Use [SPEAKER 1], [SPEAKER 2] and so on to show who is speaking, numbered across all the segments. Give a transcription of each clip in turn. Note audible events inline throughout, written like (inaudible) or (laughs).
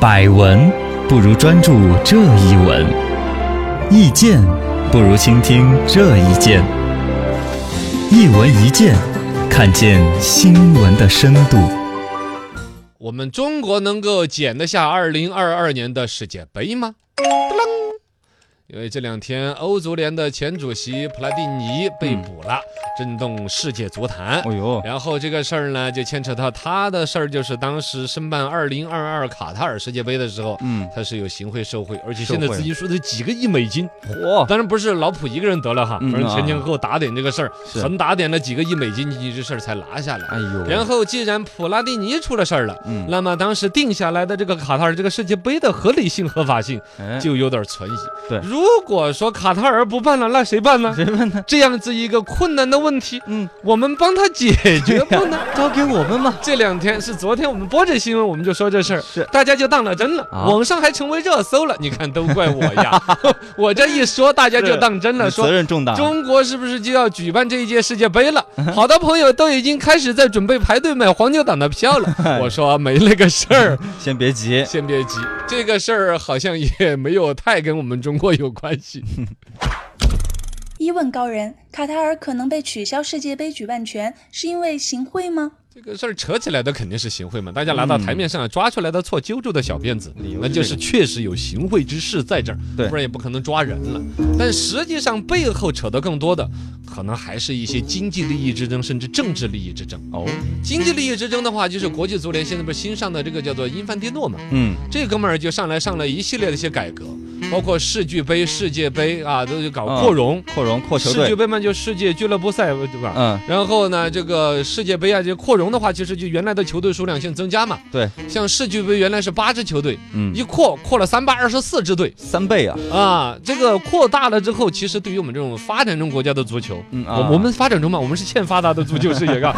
[SPEAKER 1] 百闻不如专注这一闻，意见不如倾听这一见。一闻一见，看见新闻的深度。
[SPEAKER 2] 我们中国能够减得下2022年的世界杯吗？因为这两天欧足联的前主席普拉蒂尼被捕了，震动世界足坛。
[SPEAKER 1] 嗯哦呦，
[SPEAKER 2] 然后这个事儿呢，就牵扯到他的事儿，就是当时申办2022卡塔尔世界杯的时候，
[SPEAKER 1] 嗯，
[SPEAKER 2] 他是有行贿受贿，而且
[SPEAKER 1] 受
[SPEAKER 2] 现在
[SPEAKER 1] 贿
[SPEAKER 2] 资金说是几个亿美金，
[SPEAKER 1] 嚯，
[SPEAKER 2] 当然不是老普一个人得了哈，
[SPEAKER 1] 嗯
[SPEAKER 2] 反正前
[SPEAKER 1] 啊
[SPEAKER 2] 前后后打点这个事儿，
[SPEAKER 1] 是
[SPEAKER 2] 横打点了几个亿美金进去，这事儿才拿下来。
[SPEAKER 1] 哎呦，
[SPEAKER 2] 然后，既然普拉蒂尼出了事儿了，
[SPEAKER 1] 嗯
[SPEAKER 2] 那么当时定下来的这个卡塔尔这个世界杯的合理性、合法性
[SPEAKER 1] 哎
[SPEAKER 2] 就有点存疑。
[SPEAKER 1] 对
[SPEAKER 2] 如果说卡塔尔不办了，那谁办呢？
[SPEAKER 1] 谁问呢？
[SPEAKER 2] 这样子一个困难的问题，
[SPEAKER 1] 嗯，
[SPEAKER 2] 我们帮他解决不能。
[SPEAKER 1] (laughs) 交给我们吧。
[SPEAKER 2] 这两天是昨天我们播这新闻，我们就说这事儿，
[SPEAKER 1] 是
[SPEAKER 2] 大家就当了真了，
[SPEAKER 1] 啊
[SPEAKER 2] 网上还成为热搜了。你看，都怪我呀， (laughs) 我这一说，大家就是当真
[SPEAKER 1] (laughs)
[SPEAKER 2] 了，说
[SPEAKER 1] 责任重大。
[SPEAKER 2] 中国是不是就要举办这一届世界
[SPEAKER 1] (laughs)
[SPEAKER 2] 杯了？好多朋友都已经开始在准备排队买黄牛党的票
[SPEAKER 1] (laughs)
[SPEAKER 2] 了。我说啊没那个事儿，
[SPEAKER 1] 先别急，
[SPEAKER 2] 先别急，这个事儿好像也没有太跟我们中国有关系。
[SPEAKER 3] 一问高人，卡塔尔可能被取消世界杯举办权，是因为行贿吗？
[SPEAKER 2] 这个事儿扯起来的肯定是行贿嘛，大家拿到台面上来抓出来的错揪住的小辫子，
[SPEAKER 1] 理由嗯
[SPEAKER 2] 那
[SPEAKER 1] 是
[SPEAKER 2] 就是确实有行贿之事在这儿，
[SPEAKER 1] 对
[SPEAKER 2] 不然也不可能抓人了。但实际上背后扯得更多的，可能还是一些经济利益之争，甚至政治利益之争。
[SPEAKER 1] 哦，
[SPEAKER 2] 经济利益之争的话，就是国际足联现在不是新上的这个叫做因范蒂诺嘛，
[SPEAKER 1] 嗯，
[SPEAKER 2] 这哥们儿就上来上了一系列的一些改革，包括世俱杯、世界杯啊，都就搞
[SPEAKER 1] 嗯
[SPEAKER 2] 扩容。
[SPEAKER 1] 扩容扩球
[SPEAKER 2] 世俱
[SPEAKER 1] 队，
[SPEAKER 2] 杯嘛，就世界俱乐部赛，对吧？
[SPEAKER 1] 嗯，
[SPEAKER 2] 然后呢，这个世界杯啊，这扩容的话，其实就原来的球队数量先增加嘛。
[SPEAKER 1] 对，
[SPEAKER 2] 像世俱杯原来是八支球队，
[SPEAKER 1] 嗯
[SPEAKER 2] 一扩扩了三八二十四支队
[SPEAKER 1] 三倍啊，
[SPEAKER 2] 啊。这个扩大了之后，其实对于我们这种发展中国家的足球，
[SPEAKER 1] 嗯啊，
[SPEAKER 2] 我我们发展中嘛，我们是欠发达的足球事业
[SPEAKER 1] (laughs)
[SPEAKER 2] 啊。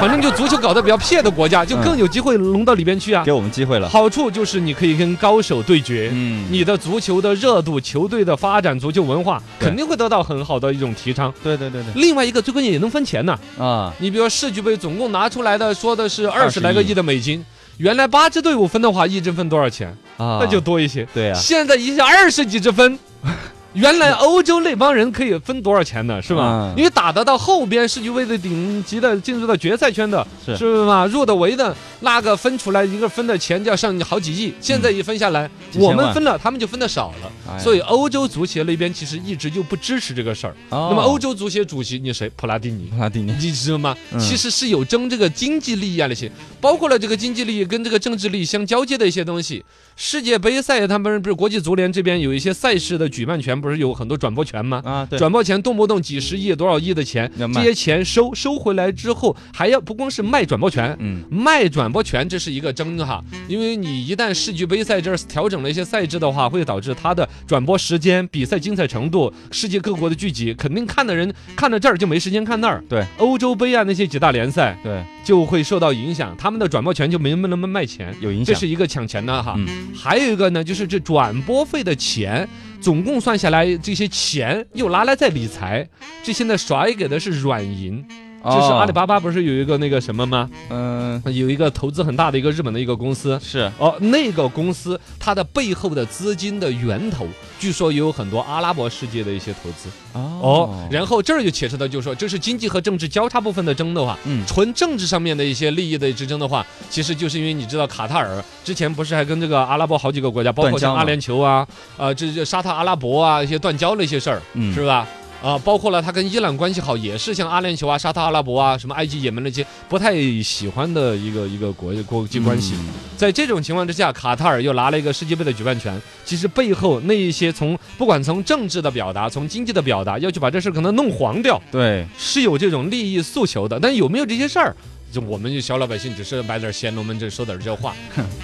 [SPEAKER 2] 反正就足球搞得比较撇的国家，就更有机会融到里边去啊
[SPEAKER 1] 给。我们机会了，
[SPEAKER 2] 好处就是你可以跟高手对决。
[SPEAKER 1] 嗯，
[SPEAKER 2] 你的足球的热度、球队的发展、足球文化
[SPEAKER 1] 对
[SPEAKER 2] 肯定会得到很好的一种提倡。
[SPEAKER 1] 对对对对
[SPEAKER 2] 另外一个，最关键也能分钱呐、
[SPEAKER 1] 啊，
[SPEAKER 2] 你比如说世俱杯，总共拿出来的说的是二
[SPEAKER 1] 20
[SPEAKER 2] 十来个亿的美金，原来八支队伍分的话，一支分多少钱？
[SPEAKER 1] 啊，
[SPEAKER 2] 那就多一些。
[SPEAKER 1] 对啊，
[SPEAKER 2] 现在一下二十几支分。 (laughs) 原来欧洲那帮人可以分多少钱呢？是吧？
[SPEAKER 1] 嗯
[SPEAKER 2] 因为打得到后边世俱杯的顶级的进入到决赛圈的，
[SPEAKER 1] 是
[SPEAKER 2] 是吧？入的围的那个分出来一个分的钱就要上好几亿，现在一分下来，
[SPEAKER 1] 嗯几千
[SPEAKER 2] 我
[SPEAKER 1] 万
[SPEAKER 2] 们分了，他们就分的少了。
[SPEAKER 1] 哎呀
[SPEAKER 2] 所以欧洲足协那边其实一直就不支持这个事儿。
[SPEAKER 1] 那
[SPEAKER 2] 那么欧洲足协主席你谁？普拉蒂尼。
[SPEAKER 1] 拉丁
[SPEAKER 2] 你知道吗
[SPEAKER 1] 嗯？
[SPEAKER 2] 其实是有争这个经济利益啊那些，包括了这个经济利益跟这个政治利益相交接的一些东西。世界杯赛他们不是国际足联这边有一些赛事的举办权，不是有很多转播权吗？
[SPEAKER 1] 啊，对，
[SPEAKER 2] 转播权动不动几十亿、多少亿的钱
[SPEAKER 1] 要，卖
[SPEAKER 2] 这些钱收收回来之后，还要不光是卖转播权，
[SPEAKER 1] 嗯，
[SPEAKER 2] 卖转播权这是一个争哈，因为你一旦世俱杯赛这儿调整了一些赛制的话，会导致它的转播时间、比赛精彩程度、世界各国的聚集，肯定看的人看到这儿就没时间看那儿。
[SPEAKER 1] 对，
[SPEAKER 2] 欧洲杯啊那些几大联赛
[SPEAKER 1] 对，
[SPEAKER 2] 就会受到影响，他们的转播权就没那么卖钱，
[SPEAKER 1] 有影
[SPEAKER 2] 这
[SPEAKER 1] 响，
[SPEAKER 2] 是一个抢钱的哈。
[SPEAKER 1] 嗯
[SPEAKER 2] 还有一个呢，就是这转播费的钱，总共算下来这些钱又拿来再理财，这现在甩给的是软银，
[SPEAKER 1] 这
[SPEAKER 2] 就是阿里，巴巴不是有一个那个什么吗？
[SPEAKER 1] 嗯，
[SPEAKER 2] 有一个投资很大的一个日本的一个公司。
[SPEAKER 1] 是
[SPEAKER 2] 哦，那个公司它的背后的资金的源头，据说也有很多阿拉伯世界的一些投资哦。然后这儿就牵扯到，就是说这是经济和政治交叉部分的争斗啊。
[SPEAKER 1] 嗯
[SPEAKER 2] 纯政治上面的一些利益的之争的话，其实就是因为你知道卡塔尔之前不是还跟这个阿拉伯好几个国家，包
[SPEAKER 1] 断
[SPEAKER 2] 括
[SPEAKER 1] 交
[SPEAKER 2] 像
[SPEAKER 1] 嘛
[SPEAKER 2] 阿联酋啊，啊这这沙特阿拉伯啊一些断交的一些事儿，
[SPEAKER 1] 嗯
[SPEAKER 2] 是吧？啊，包括了他跟伊朗关系好，也是像阿联酋啊、沙特阿拉伯啊、什么埃及、也门那些不太喜欢的一个一个国国际关系。
[SPEAKER 1] 嗯
[SPEAKER 2] 在这种情况之下，卡塔尔又拿了一个世界杯的举办权，其实背后那一些从不管从政治的表达，从经济的表达，要去把这事儿可能弄黄掉，
[SPEAKER 1] 对， (laughs)
[SPEAKER 2] 是有这种利益诉求的，但有没有这些事儿？就我们就小老百姓只是买点咸龙门阵，说点
[SPEAKER 1] (laughs)
[SPEAKER 2] 这话，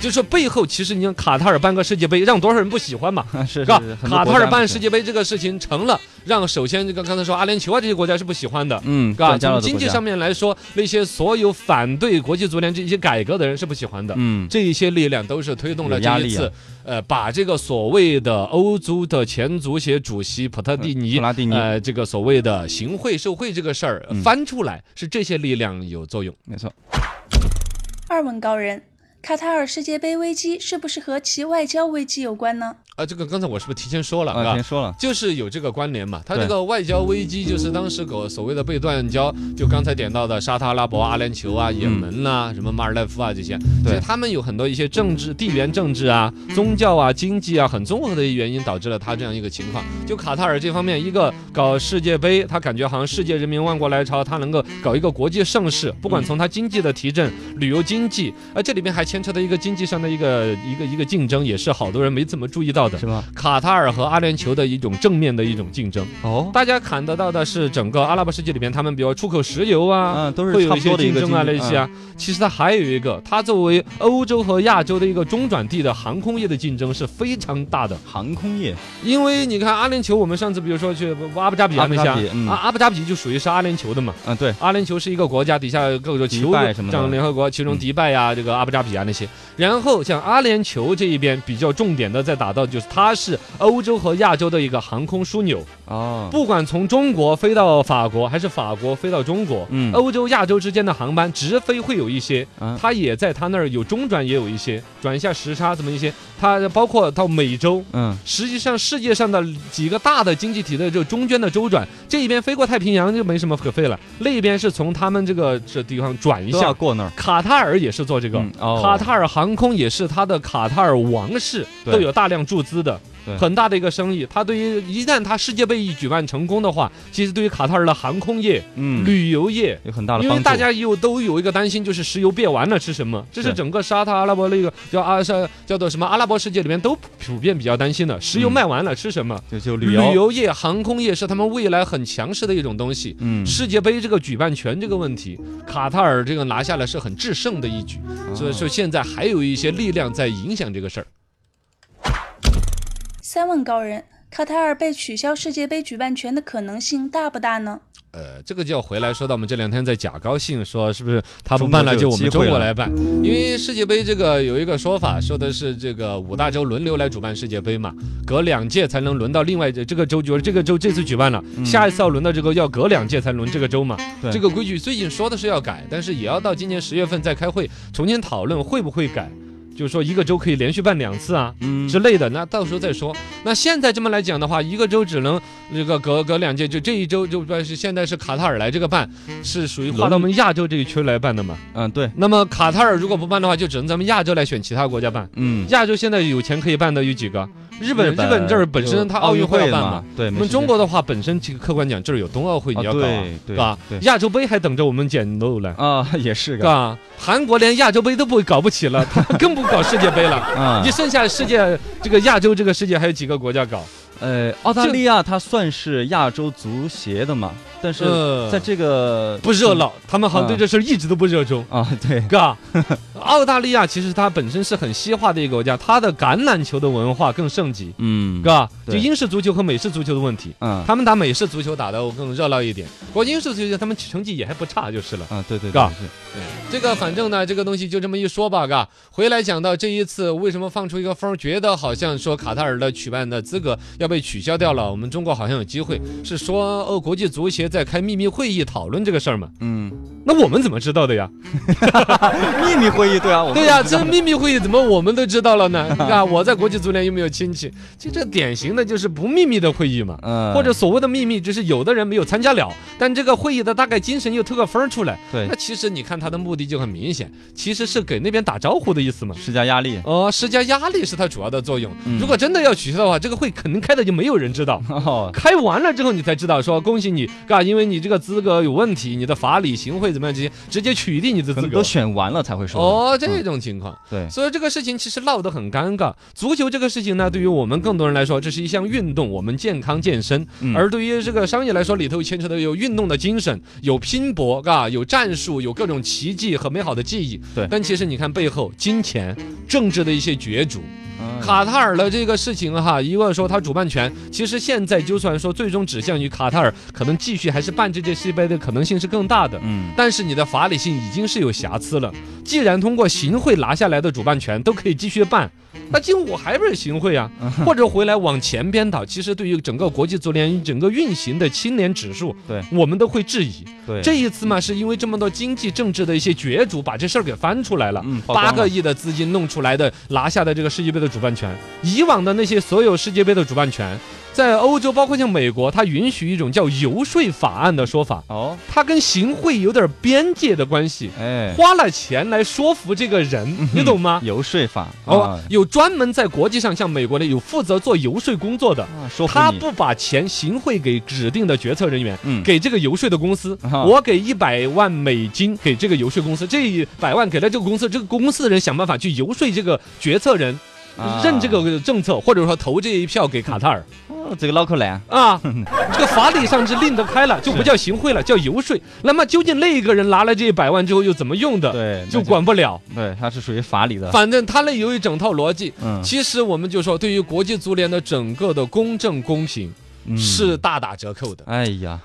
[SPEAKER 2] 就说背后其实你看卡塔尔办个世界杯，让多少人不喜欢嘛？
[SPEAKER 1] 是
[SPEAKER 2] 是吧？卡塔尔办世，界杯这个事情成了，让首先这个刚才说阿联酋啊这些国家是不喜欢的，
[SPEAKER 1] 嗯，
[SPEAKER 2] 是吧？
[SPEAKER 1] 断交
[SPEAKER 2] 从
[SPEAKER 1] 了
[SPEAKER 2] 经济上，面来说，那些所有反对国际足联这些改革的人是不喜欢的。
[SPEAKER 1] 嗯，
[SPEAKER 2] 这一些力量都是推动了
[SPEAKER 1] 有压
[SPEAKER 2] 这
[SPEAKER 1] 力啊
[SPEAKER 2] 一次，呃，把这个所谓的欧足的前足协主席普特蒂尼
[SPEAKER 1] 普，拉丁尼，
[SPEAKER 2] 呃，这个所谓的行贿受贿这个事儿
[SPEAKER 1] 嗯
[SPEAKER 2] 翻出来，是这些力量有作用。
[SPEAKER 1] 没错，
[SPEAKER 3] 二问高人，卡塔尔世界杯危机是不是和其外交危机有关呢？
[SPEAKER 2] 啊，这个刚才我是不是提前说了
[SPEAKER 4] 啊，
[SPEAKER 2] 啊
[SPEAKER 4] 先？说了，
[SPEAKER 2] 就是有这个关联嘛，它
[SPEAKER 4] 对
[SPEAKER 2] 这个外交危机就是当时狗所谓的被断交，就刚才点到的沙特阿拉伯、阿联酋啊、也门呐、什么马尔代夫啊这些，其实他们有很多一些政治、地缘政治啊、宗教啊、经济啊很综合的一些原因，导致了它这样一个情况。就卡塔尔这方面，一个搞世界杯，他感觉好像世界人民万国来朝，他能够搞一个国际盛世，不管从他经济的提振、旅游经济，而这里面还牵扯到一个经济上的一个一个一个竞争，也是好多人没怎么注意到的。
[SPEAKER 4] 是吧？
[SPEAKER 2] 卡塔尔和阿联酋的一种正面的一种竞争。
[SPEAKER 4] 哦，
[SPEAKER 2] 大家看得到的是整个阿拉伯世界里面，他们比如出口石油啊。
[SPEAKER 4] 嗯，都
[SPEAKER 2] 会
[SPEAKER 4] 是
[SPEAKER 2] 有
[SPEAKER 4] 差
[SPEAKER 2] 一
[SPEAKER 4] 不
[SPEAKER 2] 些
[SPEAKER 4] 多的一
[SPEAKER 2] 竞
[SPEAKER 4] 个
[SPEAKER 2] 争啊，
[SPEAKER 4] 经
[SPEAKER 2] 那
[SPEAKER 1] 嗯
[SPEAKER 4] 济嗯
[SPEAKER 2] 些啊。其实它还有一个，它作为欧洲和亚洲的一个中转地的航空业的竞争是非常大的。
[SPEAKER 4] 嗯航空业，
[SPEAKER 2] 因为你看阿联酋，我们上次比如说去阿布扎比啊那些
[SPEAKER 4] 阿布扎比嗯
[SPEAKER 2] 啊，阿阿布扎比就属于是阿联酋的嘛。
[SPEAKER 1] 啊
[SPEAKER 4] 嗯，对，
[SPEAKER 2] 阿联酋是一个国家，底下各种
[SPEAKER 4] 迪
[SPEAKER 2] 酋
[SPEAKER 4] 拜什么的
[SPEAKER 2] 像联合国，其中迪拜呀、这个阿布扎比啊那些。然后像阿联酋这一边比较重点的在打到，就是它是欧洲和亚洲的一个航空枢纽，
[SPEAKER 4] 哦，
[SPEAKER 2] 不管从中国飞到法国，还是法国飞到中国，
[SPEAKER 4] 嗯
[SPEAKER 2] 欧洲亚洲之间的航班直飞会有一些，
[SPEAKER 4] 嗯
[SPEAKER 2] 它也在它那儿有中转，也有一些转一下时差，这么一些，它包括到美洲，
[SPEAKER 4] 嗯，
[SPEAKER 2] 实际上，世界上的几个大的经济体的这个中间的周转，这一边飞过太平洋就没什么可飞了，那边是从他们这个这地方转一
[SPEAKER 4] 都要
[SPEAKER 2] 下。
[SPEAKER 4] 过那儿。
[SPEAKER 2] 卡塔尔也是做这个，
[SPEAKER 4] 哦嗯哦
[SPEAKER 2] 卡塔尔航空也是它的卡塔尔王室
[SPEAKER 4] 对
[SPEAKER 2] 都有大量注资的
[SPEAKER 4] 对。
[SPEAKER 2] 很大的一个生意，它对于一旦它世界杯一举办成功的话，其实对于卡塔尔的航空业、
[SPEAKER 4] 嗯，
[SPEAKER 2] 旅游业，
[SPEAKER 4] 有很大的
[SPEAKER 2] 因
[SPEAKER 4] 帮
[SPEAKER 2] 为
[SPEAKER 4] 助。
[SPEAKER 2] 大家有都有一个担心，就是石油变完了吃什么？这是
[SPEAKER 4] 是
[SPEAKER 2] 整个沙特阿拉伯那个叫阿沙叫做什么阿拉伯世界里面都普遍比较担心的，石油
[SPEAKER 4] 嗯
[SPEAKER 2] 卖完了吃什么？
[SPEAKER 4] 就就
[SPEAKER 2] 旅
[SPEAKER 4] 旅游，
[SPEAKER 2] 业、航空业是他们未来很强势的一种东西。
[SPEAKER 4] 嗯，
[SPEAKER 2] 世界杯这个举办权这个问题，卡塔尔这个拿下来是很制胜的一举，
[SPEAKER 4] 哦
[SPEAKER 2] 所以说现在还有一些力量在影响这个事儿。
[SPEAKER 3] 三问高人，卡塔尔被取消世界杯举办权的可能性大不大呢？
[SPEAKER 2] 呃，这个就要回来说到我们这两天在假高兴说，是不是他不
[SPEAKER 4] 中国
[SPEAKER 2] 办了
[SPEAKER 4] 就
[SPEAKER 2] 就
[SPEAKER 4] 有
[SPEAKER 2] 我们
[SPEAKER 4] 机
[SPEAKER 2] 中
[SPEAKER 4] 会
[SPEAKER 2] 国
[SPEAKER 4] 了
[SPEAKER 2] 来办？因为世界杯这个有一个说法，说的是这个五大洲轮流来主办世界杯嘛，隔两届才能轮到另外这这个州举，这个州这次举办了，
[SPEAKER 4] 嗯
[SPEAKER 2] 下一次要轮到这个要隔两届才轮这个州嘛。
[SPEAKER 4] 对
[SPEAKER 2] 这个规矩最近说的是要改，但是也要到今年十月份再开会重新讨论会不会改，就是说一个州可以连续办两次啊。
[SPEAKER 4] 嗯
[SPEAKER 2] 之类的，那到时候再说。那现在这么来讲的话，一个州只能这个隔隔两届，就这一周就不是现在是卡塔尔来这个办，是属于划到我们亚洲这一区来办的嘛。
[SPEAKER 4] 嗯，对，
[SPEAKER 2] 那么卡塔尔如果不办的话，就只能咱们亚洲来选其他国家办。
[SPEAKER 4] 嗯，
[SPEAKER 2] 亚洲现在有钱可以办的有几个？日本日本这儿本身它奥
[SPEAKER 4] 奥
[SPEAKER 2] 运会
[SPEAKER 4] 会
[SPEAKER 2] 要办嘛
[SPEAKER 4] 嘛，，对，
[SPEAKER 2] 我
[SPEAKER 4] 没
[SPEAKER 2] 们
[SPEAKER 4] 时
[SPEAKER 2] 中
[SPEAKER 4] 间
[SPEAKER 2] 国的话本身这个客观讲这儿有冬奥会你
[SPEAKER 4] 啊
[SPEAKER 2] 要搞啊，
[SPEAKER 4] 对
[SPEAKER 2] 是
[SPEAKER 4] 对
[SPEAKER 2] 吧
[SPEAKER 4] 对？
[SPEAKER 2] 亚洲杯还等着我们捡漏呢。
[SPEAKER 4] 啊， (laughs) 也是
[SPEAKER 2] 是
[SPEAKER 4] 个
[SPEAKER 2] 吧？韩国连亚洲杯都不搞不起了，他更不搞世界杯了。
[SPEAKER 4] 啊
[SPEAKER 2] 你，剩下世界这个亚洲这个世界还有几个国家搞？
[SPEAKER 4] 呃，澳大利亚它算是亚洲足协的嘛，但是
[SPEAKER 2] 呃
[SPEAKER 4] 在这个
[SPEAKER 2] 不热闹，他们好像对这事儿一直都不热衷。
[SPEAKER 4] 啊，对，
[SPEAKER 2] 哥，澳大利亚其实它本身是很西化的一个国家，它的橄榄球的文化更盛极。
[SPEAKER 4] 嗯，
[SPEAKER 2] 哥，就
[SPEAKER 4] 对
[SPEAKER 2] 英式足球和美式足球的问题，
[SPEAKER 4] 嗯
[SPEAKER 2] 他们打美式足球打得更热闹一点，不过英式足球他们成绩也还不差就是了。
[SPEAKER 4] 啊，对对
[SPEAKER 2] 嘎
[SPEAKER 4] 对，是
[SPEAKER 2] 这个反正呢，这个东西就这么一说吧，嘎。回来讲到这一次为什么放出一个风儿，觉得好像说卡塔尔的举办的资格要被取消掉了，我们中国好像有机会，是说呃国际足协在开秘密会议讨论这个事儿嘛？
[SPEAKER 4] 嗯，
[SPEAKER 2] 那我们怎么知道的呀？
[SPEAKER 4] 秘密会议，对啊，我们
[SPEAKER 2] 对呀、 (laughs) 这秘密会议怎么我们都知道了呢？啊，我在国际足联又没有亲戚，就这典型的就是不秘密的会议嘛。
[SPEAKER 4] 嗯，
[SPEAKER 2] 或者所谓的秘密，只是有的人没有参加了，但这个会议的大概精神又透个风儿出来。
[SPEAKER 4] 对
[SPEAKER 2] 那其实你看他的目的就很明显，其实是给那边打招呼的意思嘛。
[SPEAKER 4] 施加压力，
[SPEAKER 2] 哦，施加压力是它主要的作用。
[SPEAKER 4] 嗯
[SPEAKER 2] 如果真的要取消的话，这个会肯定开的就没有人知道。
[SPEAKER 4] 哦，
[SPEAKER 2] (laughs) 开完了之后，你才知道说恭喜你，嘎，因为你这个资格有问题，你的法理行贿怎么样这些，直接取缔你的
[SPEAKER 4] 可
[SPEAKER 2] 资
[SPEAKER 4] 能
[SPEAKER 2] 格
[SPEAKER 4] 都。选完了才会说的，
[SPEAKER 2] 哦，这种情况，
[SPEAKER 4] 对，
[SPEAKER 2] 所以这个事情其实闹得很尴尬。足球这个事情呢，对于我们更多人来说，这是一项运动，我们健康健身；
[SPEAKER 4] 嗯
[SPEAKER 2] 而对于这个商业来说，里头牵扯的有运动的精神，有拼搏，嘎，有战术，有各种奇迹和美好的记忆。
[SPEAKER 4] 对
[SPEAKER 2] 但其实你看背后，金钱、政治的一些角逐，
[SPEAKER 4] 嗯
[SPEAKER 2] 卡塔尔的这个事情哈，一个说它主办权，其实现在就算说最终指向于卡塔尔，可能继续还是办这届世界杯的可能性是更大的。
[SPEAKER 4] 嗯，
[SPEAKER 2] 但是你的法理性已经是有瑕疵了。既然通过行贿拿下来的主办权都可以继续办，那进我还不是行贿啊？
[SPEAKER 4] 嗯
[SPEAKER 2] 或者回来往前边倒，其实对于整个国际足联整个运行的清廉指数，
[SPEAKER 4] 对
[SPEAKER 2] 我们都会质疑。
[SPEAKER 4] 对，
[SPEAKER 2] 这一次嘛，是因为这么多经济政治的一些角逐，把这事儿给翻出来了。
[SPEAKER 4] 嗯曝光
[SPEAKER 2] 八
[SPEAKER 4] 了
[SPEAKER 2] 个亿的资金弄出来的，拿下的这个世界杯的主办权，以往的那些所有世界杯的主办权，在欧洲包括像美国，它允许一种叫游说法案的说法，
[SPEAKER 4] 哦，
[SPEAKER 2] 它跟行贿有点边界的关系，
[SPEAKER 4] 哎，
[SPEAKER 2] 花了钱来说服这个人，你懂吗？
[SPEAKER 4] 游说法
[SPEAKER 2] 哦
[SPEAKER 4] 嗯啊，，
[SPEAKER 2] 有专门在国际上像美国的有负责做游说工作的，
[SPEAKER 4] 啊说服
[SPEAKER 2] 他
[SPEAKER 4] 你
[SPEAKER 2] 不把钱行贿给指定的决策人员，
[SPEAKER 4] 嗯
[SPEAKER 2] 给这个游说的公司，
[SPEAKER 4] 啊
[SPEAKER 2] 我给一百万美金给这个游说公司，这一百万给了这个公司，这个公司的人想办法去游说这个决策人。
[SPEAKER 4] 啊
[SPEAKER 2] 认这个政策，或者说投这一票给卡塔尔
[SPEAKER 4] 哦这个脑壳烂，
[SPEAKER 2] 啊，这个法理上是拎得开了，就不叫行贿了，叫游说。那么究竟那个人拿了这一百万之后又怎么用的，
[SPEAKER 4] 对，那
[SPEAKER 2] 就管不了。
[SPEAKER 4] 对，它是属于法理的，
[SPEAKER 2] 反正他那有一整套逻辑。
[SPEAKER 4] 嗯
[SPEAKER 2] 其实我们就说，对于国际足联的整个的公正公平
[SPEAKER 4] 嗯
[SPEAKER 2] 是大打折扣的。
[SPEAKER 4] 哎呀，